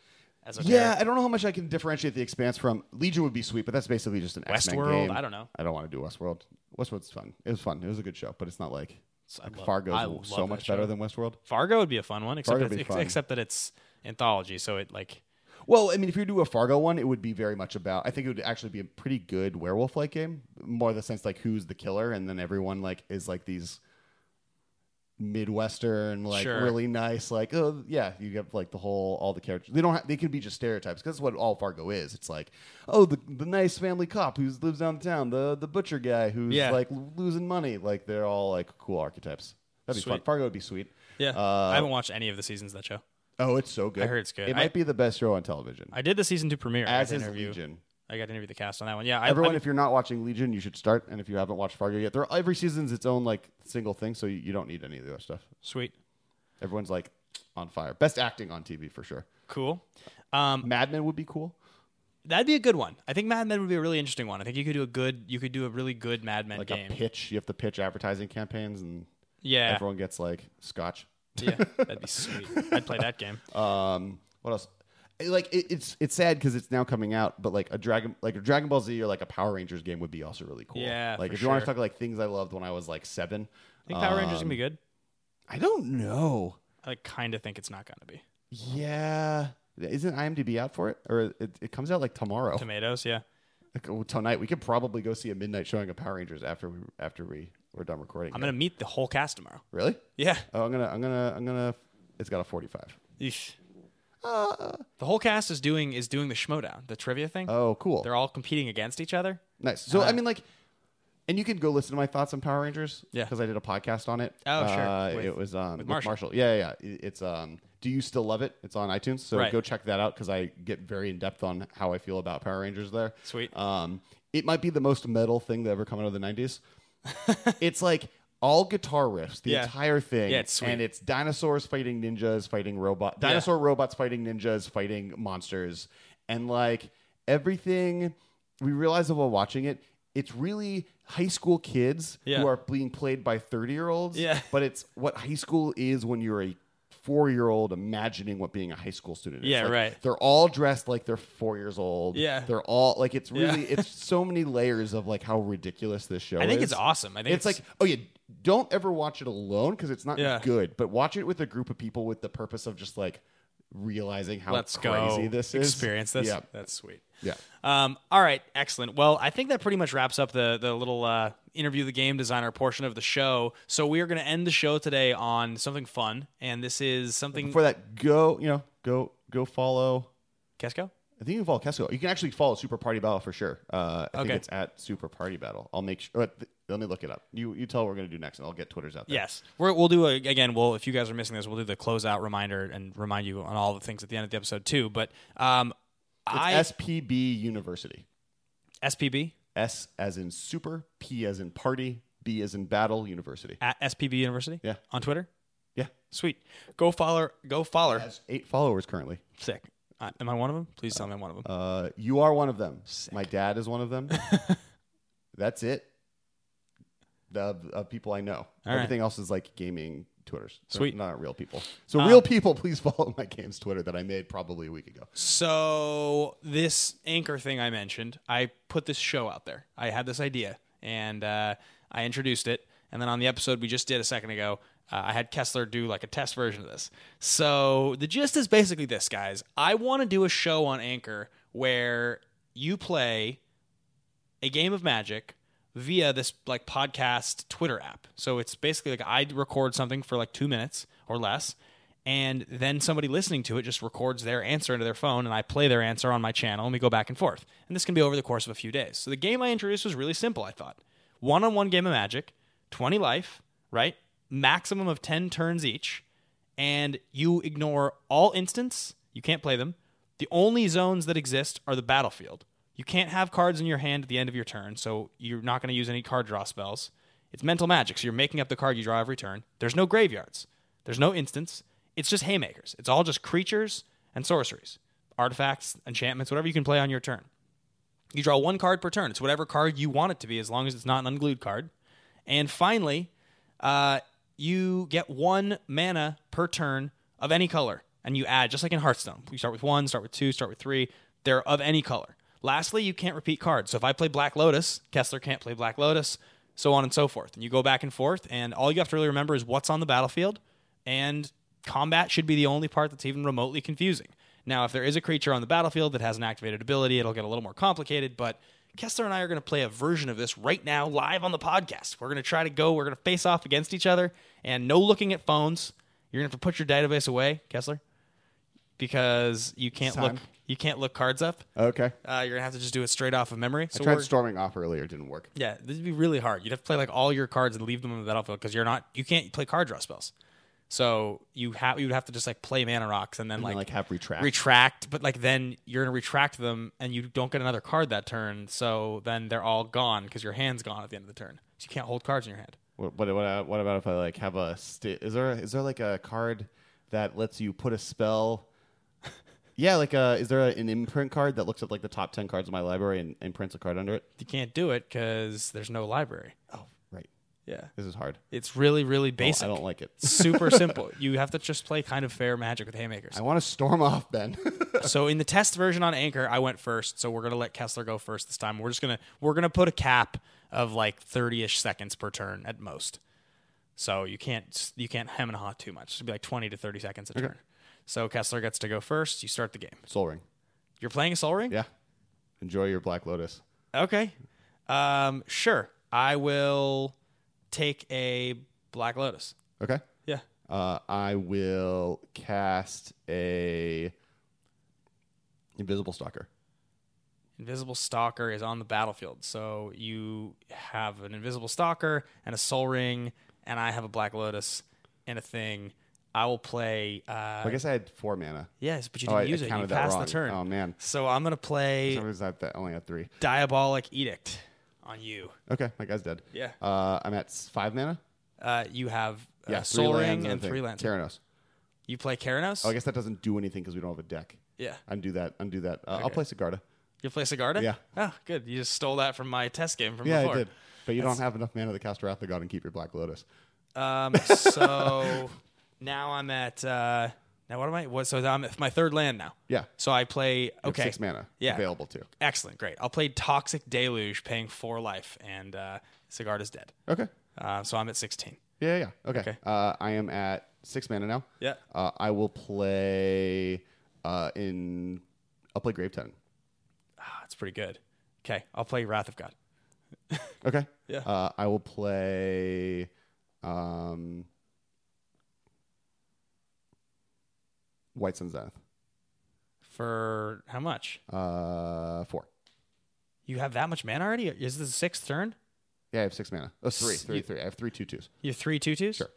As a Yeah, I don't know how much I can differentiate the Expanse from Legion would be sweet, but that's basically just an X-Men Westworld? game. I don't know. I don't want to do Westworld. Westworld's fun. It was fun. It was a good show, but it's not like, I like love- I love Fargo's so that much show. better than Westworld. Fargo would be a fun one, except Fargo'd it's, be ex- fun. except that it's anthology, so it like Well, I mean, if you do a Fargo one, it would be very much about. I think it would actually be a pretty good werewolf-like game, more the sense like who's the killer, and then everyone like is like these midwestern, like Sure. really nice, like oh yeah, you get like the whole all the characters. They don't. Ha- they could be just stereotypes because that's what all Fargo is. It's like oh the the nice family cop who lives downtown, the the butcher guy who's Yeah. like l- losing money. Like they're all like cool archetypes. That'd be fun. Sweet. Fargo would be sweet. yeah. Uh, I haven't watched any of the seasons of that show. oh, it's so good. heard it's good. It I- might be the best show on television. I did the season two premiere. I as got to is interview. Legion. I got to interview the cast on that one. Yeah, I, Everyone, I, if you're not watching Legion, you should start. And if you haven't watched Fargo yet, there every season's its own like single thing, so you, you don't need any of the other stuff. sweet. Everyone's like, on fire. Best acting on TV for sure. Cool. Um, Mad Men would be cool. That'd be a good one. I think Mad Men would be a really interesting one. I think you could do a good, you could do a really good Mad Men Like game. a pitch, you have to pitch advertising campaigns, and yeah, everyone gets like scotch. yeah, that'd be sweet. I'd play that game. Um, what else? It- Like it, it's it's sad because it's now coming out, but like a Dragon like a Dragon Ball Z or like a Power Rangers game would be also really cool. Yeah, like for if you want to sure. talk like things I loved when I was like seven. I think Power um, Rangers gonna be good. I don't know. I like, kind of think it's not gonna be. Yeah, isn't IMDb out for it or it, it comes out like tomorrow? Tomatoes, yeah. Like, oh, tonight we could probably go see a midnight showing of Power Rangers after we after we we're done recording. I'm here. gonna meet the whole cast tomorrow. really. Yeah. Oh, I'm gonna I'm gonna I'm gonna. It's got a 45. Eesh. the whole cast is doing is doing the schmodown, the trivia thing. uh. Oh, cool. They're all competing against each other. Nice. So Uh, I mean, like, and you can go listen to my thoughts on Power Rangers. Yeah. because I did a podcast on it. Oh, sure. Uh, With- it was um, with Marshall. Marshall. Yeah, yeah, yeah. It- It's um, do you still love it? It's on iTunes, so Right. go check that out because I get very in depth on how I feel about Power Rangers there. Sweet. Um, it might be the most metal thing that ever come out of the '90s. it's like all guitar riffs, the Yeah. entire thing, Yeah, it's sweet. and it's dinosaurs fighting ninjas, fighting robot, dinosaur robots fighting ninjas, fighting monsters, and like everything we realize while watching it, it's really high school kids Yeah. who are being played by thirty year olds. Yeah. but it's what high school is when you're a four year old imagining what being a high school student is. Yeah, Like, right. They're all dressed like they're four years old. Yeah. they're all like it's Yeah. really it's so many layers of like how ridiculous this show. I think is it's awesome. I think it's, like, oh yeah, don't ever watch it alone because it's not Yeah. good. But watch it with a group of people with the purpose of just like realizing how let's crazy go this is. experience this. Yeah, That's sweet. yeah. Um, all right, excellent. Well, I think that pretty much wraps up the the little uh, interview the game designer portion of the show. So we are going to end the show today on something fun, and this is something Before that, go you know go go follow. Kesco. I think you can follow Kesco. You can actually follow Super Party Battle for sure. Uh, I Okay. think it's at Super Party Battle. I'll make sure. Let me look it up. You you tell what we're gonna do next, and I'll get Twitter's out there. Yes, We're, we'll do a, again. Well, if you guys are missing this, we'll do the closeout reminder and remind you on all the things at the end of the episode too. But um, I it's SPB University. SPB S as in Super, P as in Party, B as in Battle University. at SPB University. Yeah. on Twitter. Yeah, Sweet. Go follow. Go follow. has eight followers currently. Sick. Uh, am I one of them? Please tell me I'm one of them. Uh, you are one of them. My dad is one of them. That's it. The of people I know. right. Everything else is like gaming Twitters. They're Sweet. Um, not real people. So real people, please follow my games Twitter that I made probably a week ago. So this anchor thing I mentioned, I put this show out there. I had this idea, and uh, I introduced it. And then on the episode we just did a second ago, uh, I had Kessler do like a test version of this. So the gist is basically this, guys. I want to do a show on Anchor where you play a game of magic via this like podcast Twitter app. So it's basically like I record something for like two minutes or less, and then somebody listening to it just records their answer into their phone, and I play their answer on my channel, and we go back and forth. And this can be over the course of a few days. So the game I introduced was really simple, I thought. One on one game of magic, 20 life, right? Maximum of 10 turns each and you ignore all instants. You can't play them. The only zones that exist are the battlefield. You can't have cards in your hand at the end of your turn, so you're not going to use any card draw spells. It's mental magic, so you're making up the card you draw every turn. There's no graveyards. There's no instants. It's just haymakers. It's all just creatures and sorceries, artifacts, enchantments, whatever you can play on your turn. You draw one card per turn. It's whatever card you want it to be, as long as it's not an unglued card. And finally, uh, you get one mana per turn of any color, and you add just like in Hearthstone. You start with one, start with two, start with three. They're of any color. Lastly, you can't repeat cards. So if I play Black Lotus, Kessler can't play Black Lotus, so on and so forth. And you go back and forth, and all you have to really remember is what's on the battlefield, and combat should be the only part that's even remotely confusing. Now, if there is a creature on the battlefield that has an activated ability, it'll get a little more complicated, but Kessler and I are going to play a version of this right now live on the podcast. We're going to try to go, we're going to face off against each other, and no looking at phones. You're going to have to put your database away, Kessler, because you can't It's look time. you can't look cards up. Okay. Uh, you're going to have to just do it straight off of memory. So I tried we're- storming off earlier, it didn't work. yeah, this would be really hard. You'd have to play like all your cards and leave them on the battlefield because you're not you can't play card draw spells. So you have you'd have to just like play mana rocks and then Like, like, like have retract. retract, but like then you're gonna retract them and you don't get another card that turn. So then they're all gone because your hand's gone at the end of the turn. So you can't hold cards in your hand. what, what, what, what about if I like have a sti Is there is there like a card that lets you put a spell. Yeah, like uh, is there a, an imprint card that looks at like the top ten cards of my library and, and prints a card under it? You can't do it because there's no library. Oh, right. Yeah. This is hard. It's really, really basic. I don't like it. Super simple. You have to just play kind of fair magic with haymakers. I want to storm off, Ben. so in the test version on Anchor, I went first. So we're gonna let Kessler go first this time. We're just gonna we're gonna put a cap of like thirty ish seconds per turn at most. So you can't you can't hem and haw too much. It'd be like twenty to thirty seconds a turn. So Kessler gets to go first. You start the game. Soul Ring. You're playing a Sol Ring. Yeah. Enjoy your Black Lotus. Okay. Um. Sure. I will take a Black Lotus. Okay. Yeah. Uh, I will cast a Invisible Stalker. Invisible Stalker is on the battlefield. So you have an Invisible Stalker and a Soul Ring, and I have a Black Lotus and a thing. I will play. Uh, I guess I had four mana. yes, but you Oh, didn't I, use I it. counted You that passed wrong. the turn. Oh man, so I'm gonna play I was at that only at three. Diabolic Edict on you. Okay, my guy's dead. Yeah. Uh, I'm at s- five mana. Uh, you have uh, Yeah, three Soul lands Ring a and thing. three lands. Theranos. You play Keranos. Oh, I guess that doesn't do anything because we don't have a deck. Yeah. Undo that. Undo that. Uh, I'll Okay. play Sigarda. You play Sigarda. Yeah. Oh, good. You just stole that from my test game from Yeah, before. I did. But you don't have enough mana to cast Wrath of God and keep your Black Lotus. Um, so now I'm at uh, now what am I? What so I'm at my third land now. Yeah. So I play You have okay Six mana Yeah. available too. Excellent, great. I'll play Toxic Deluge, paying four life, and uh, Sigarda's dead. Okay. Uh, so I'm at sixteen. Yeah, yeah. yeah. Okay. Okay. Uh, I am at six mana now. Yeah. Uh, I will play uh, in. I'll play Grave Ten. Ah, that's pretty good. Okay, I'll play Wrath of God. Okay. Yeah. Uh, I will play. Um, White Sun's Death. For how much? Uh, four. You have that much mana already? Is this the sixth turn? Yeah, I have six mana. Oh, three, S- three, you- three. I have three two twos. You're three two twos? Sure.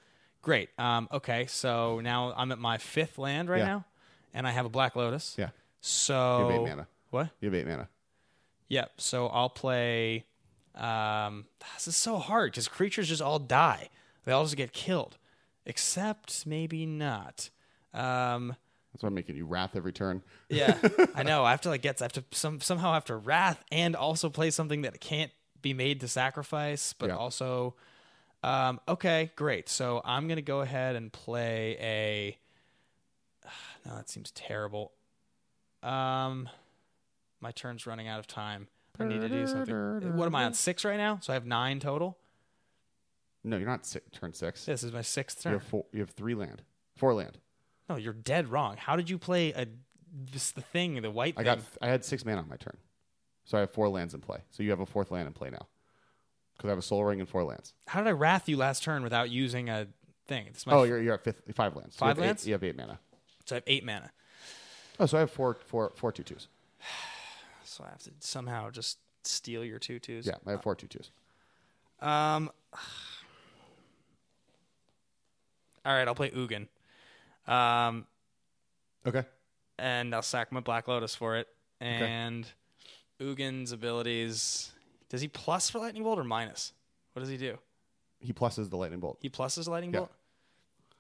Great. Um, okay, so now I'm at my fifth land right Yeah. now, and I have a Black Lotus. Yeah. So You have eight mana. What? You have eight mana. Yep. So I'll play. Um, this is so hard because creatures just all die. They all just get killed, except maybe not. Um, That's why I'm making you wrath every turn. yeah, I know. I have to like get. I have to some somehow have to wrath and also play something that can't be made to sacrifice, but Yeah. also. Um, okay, great. So I'm gonna go ahead and play a. No, that seems terrible. Um, my turn's running out of time. I need to do something. What am I on six right now? So I have nine total. No, you're not si turn six. This is my sixth You turn. have four. You have three land. Four land. No, you're dead wrong. How did you play a this the thing the white I thing? got. I had six mana on my turn, so I have four lands in play. So you have a fourth land in play now, because I have a soul ring and four lands. How did I wrath you last turn without using a thing? This is my Oh, you're you're at fifth, five lands. You Five have eight- lands? you have eight mana. So I have eight mana. Oh, so I have four four four two twos. So I have to somehow just steal your two twos. Yeah, I have four two twos. Um. All right, I'll play Ugin. Um, Okay. and I'll sack my Black Lotus for it. And Ugin's abilities. Does he plus for Lightning Bolt or minus? What does he do? He pluses the lightning bolt. He pluses Lightning Yeah. Bolt?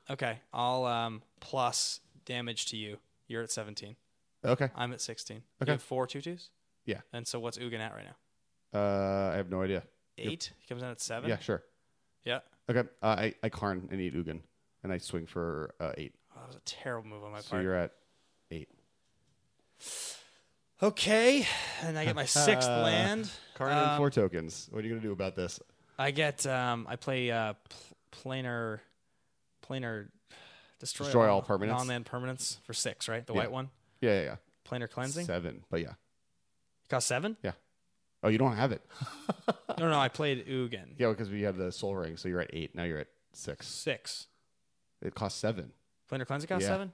Okay, I'll um, plus damage to you. You're at 17. Okay. I'm at 16. Okay. You have four tutus? Yeah. And so what's Ugin at right now? Uh, I have no idea. Eight? He comes in at seven? Yeah, sure. Yeah. Okay. Uh, I I carn and eat Ugin, and I swing for uh, eight. Oh, that was a terrible move on my So part. you're at eight. Okay, and I get my sixth land. Karn and four tokens. What are you gonna do about this? I get um I play uh pl- planar planar destroy, Destroy all permanents? non-land permanents for 6, right? The Yeah. white one. Yeah, yeah, Planar yeah. cleansing. Seven, but yeah. It costs 7? Oh, you don't have it. No, no, I played Ugin. Yeah, because we had the soul ring, so you're at eight. Now you're at six. 6. It costs seven. Planar cleansing costs Yeah. 7?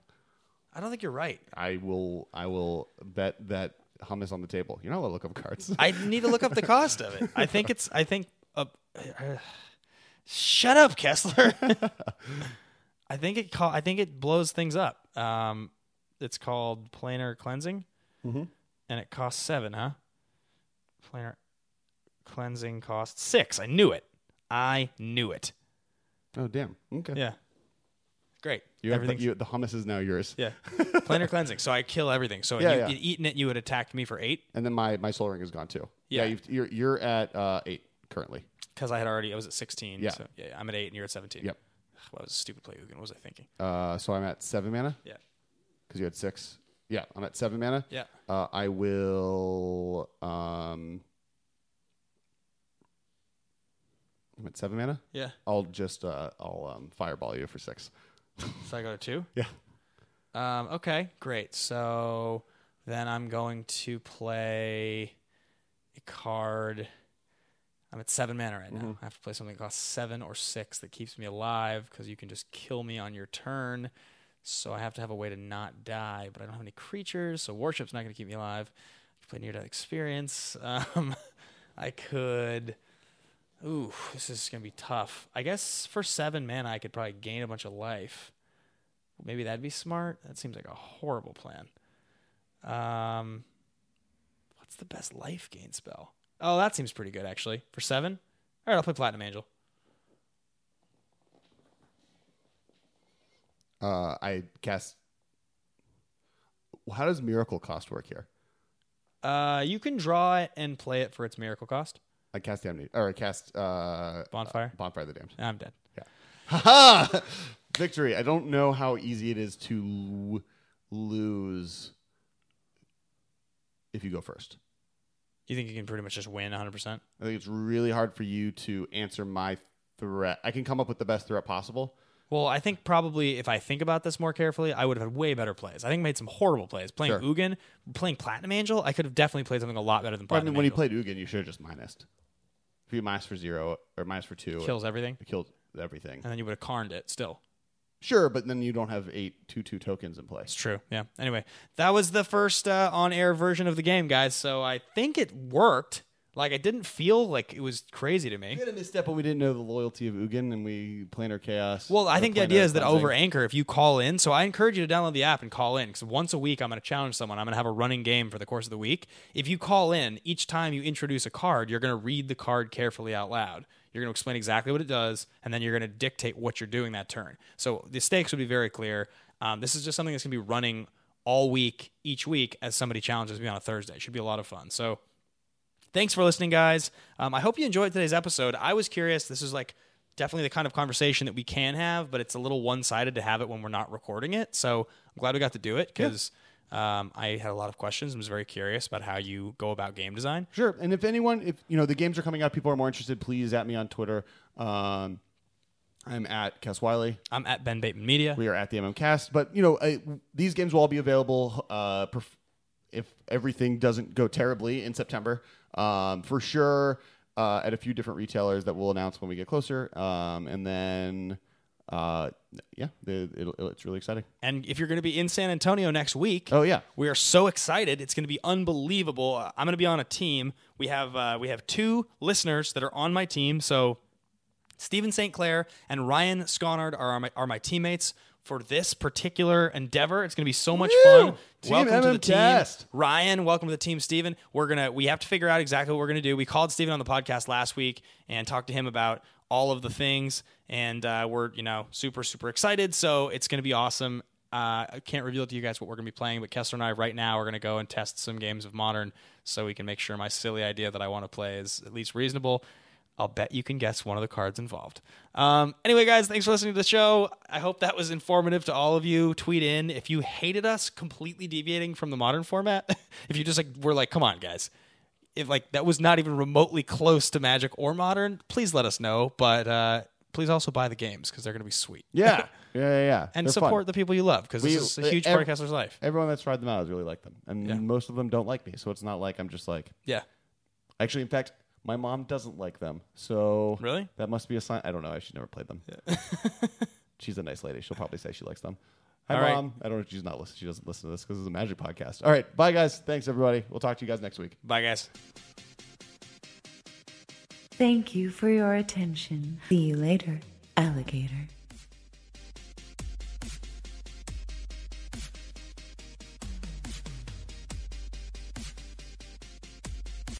I don't think you're right. I will. I will bet that hummus on the table. You're not allowed to look up cards. I need to look up the cost of it. I think it's. I think. Uh, uh, shut up, Kessler. I think it. Call, I think it blows things up. Um, it's called planar cleansing, Mm-hmm. and it costs seven, huh? Planar cleansing costs six. I knew it. I knew it. oh damn. Okay. Yeah. Great. You have the, Everything's- you, the hummus is now yours. yeah. Planar cleansing. So I kill everything. So Yeah, you, yeah. would eaten it, you would attacked me for eight And then my, my soul ring is gone too. Yeah. you've, you're, you're at uh, eight currently. because I had already, I was at 16. Yeah. So yeah, I'm at eight and you're at 17. Yep. Ugh, What was a stupid play? What was I thinking? Uh, so I'm at seven mana Yeah. because you had six. Yeah, I'm at seven mana. Yeah. Uh, I will. Um, I'm at seven mana. Yeah. I'll just uh, I'll um, fireball you for six. So I go to two? Yeah. Um, okay, great. So then I'm going to play a card. I'm at seven mana right now. I have to play something that costs seven or six that keeps me alive because you can just kill me on your turn. So I have to have a way to not die, but I don't have any creatures, so worship's not going to keep me alive. I could play near death experience. Um, I could. Ooh, this is going to be tough. I guess for seven mana, I could probably gain a bunch of life. Maybe that'd be smart. That seems like a horrible plan. Um, what's the best life gain spell? Oh, that seems pretty good actually. For seven, all right, I'll play Platinum Angel. Uh, I cast. How does miracle cost work here? Uh, you can draw it and play it for its miracle cost. I cast damned or I cast uh, Bonfire. bonfire of the damned. I'm dead. Haha! Victory. I don't know how easy it is to l- lose if you go first. You think you can pretty much just win 100? percent I think it's really hard for you to answer my threat. I can come up with the best threat possible. Well, I think probably if I think about this more carefully, I would have had way better plays. I think I made some horrible plays. Playing Sure. Ugin, playing Platinum Angel, I could have definitely played something a lot better than But I Platinum mean, when you Angel. played Ugin, you should have just minused. If you minus for zero or minus for two, kills everything, it killed everything. and then you would have carned it still. Sure, but then you don't have eight two two tokens in play. It's true. Yeah. Anyway, that was the first uh, on-air version of the game, guys. So I think it worked. Like I didn't feel like it was crazy to me. We had a misstep when we didn't know the loyalty of Ugin and we planar chaos. Well, I or think the planar idea is that cleansing. over Anchor, if you call in, so I encourage you to download the app and call in because once a week I'm going to challenge someone. I'm going to have a running game for the course of the week. If you call in, each time you introduce a card, you're going to read the card carefully out loud. You're going to explain exactly what it does, and then you're going to dictate what you're doing that turn. So the stakes would be very clear. Um, this is just something that's going to be running all week, each week, as somebody challenges me on a Thursday. It should be a lot of fun. So Thanks for listening, guys. Um, I hope you enjoyed today's episode. I was curious. This is like definitely the kind of conversation that we can have, but it's a little one sided to have it when we're not recording it. So I'm glad we got to do it because um, I had a lot of questions and was very curious about how you go about game design. Sure. And if anyone, if you know, the games are coming out, people are more interested, please at me on Twitter. Um, I'm at Cass Wiley. I'm at Ben Bateman Media. We are at the MMCast. But, you know, I, these games will all be available uh, perf- if everything doesn't go terribly in September. Um, for sure, uh, at a few different retailers that we'll announce when we get closer. Um, and then, uh, yeah, the it'll, it's really exciting. And if you're going to be in San Antonio next week, Oh, yeah. We are so excited. It's going to be unbelievable. Uh, I'm going to be on a team. We have uh, we have two listeners that are on my team. So Stephen St. Clair and Ryan Sconard are my, are my teammates for this particular endeavor. It's going to be so much Woo! fun. Team welcome to the MMCast. team, Ryan. Welcome to the team, Stephen. We're gonna we have to figure out exactly what we're gonna do. We called Stephen on the podcast last week and talked to him about all of the things, and uh, we're you know super super excited. So it's gonna be awesome. Uh, I can't reveal to you guys what we're gonna be playing, but Kessler and I right now are gonna go and test some games of modern, so we can make sure my silly idea that I want to play is at least reasonable. I'll bet you can guess one of the cards involved. Um, anyway, guys, thanks for listening to the show. I hope that was informative to all of you. Tweet in if you hated us completely deviating from the modern format. if you just like were like, come on, guys, if like that was not even remotely close to Magic or modern, please let us know. But uh, please also buy the games because they're going to be sweet. Yeah. yeah, yeah, yeah. and They're fun. support the people you love because We- e, this is a huge ev- part of Kessler's life. Everyone that's tried them out has really liked them. And Yeah. most of them don't like me. So it's not like I'm just like, Yeah, Actually, in fact, my mom doesn't like them. So Really? that must be a sign. I don't know. I should never play them. she's a nice lady. She'll probably say she likes them. Hi, All right. mom. I don't know. if She's not listening. She doesn't listen to this because it's a magic podcast. All right. Bye, guys. Thanks, everybody. We'll talk to you guys next week. bye, guys. Thank you for your attention. See you later, alligator.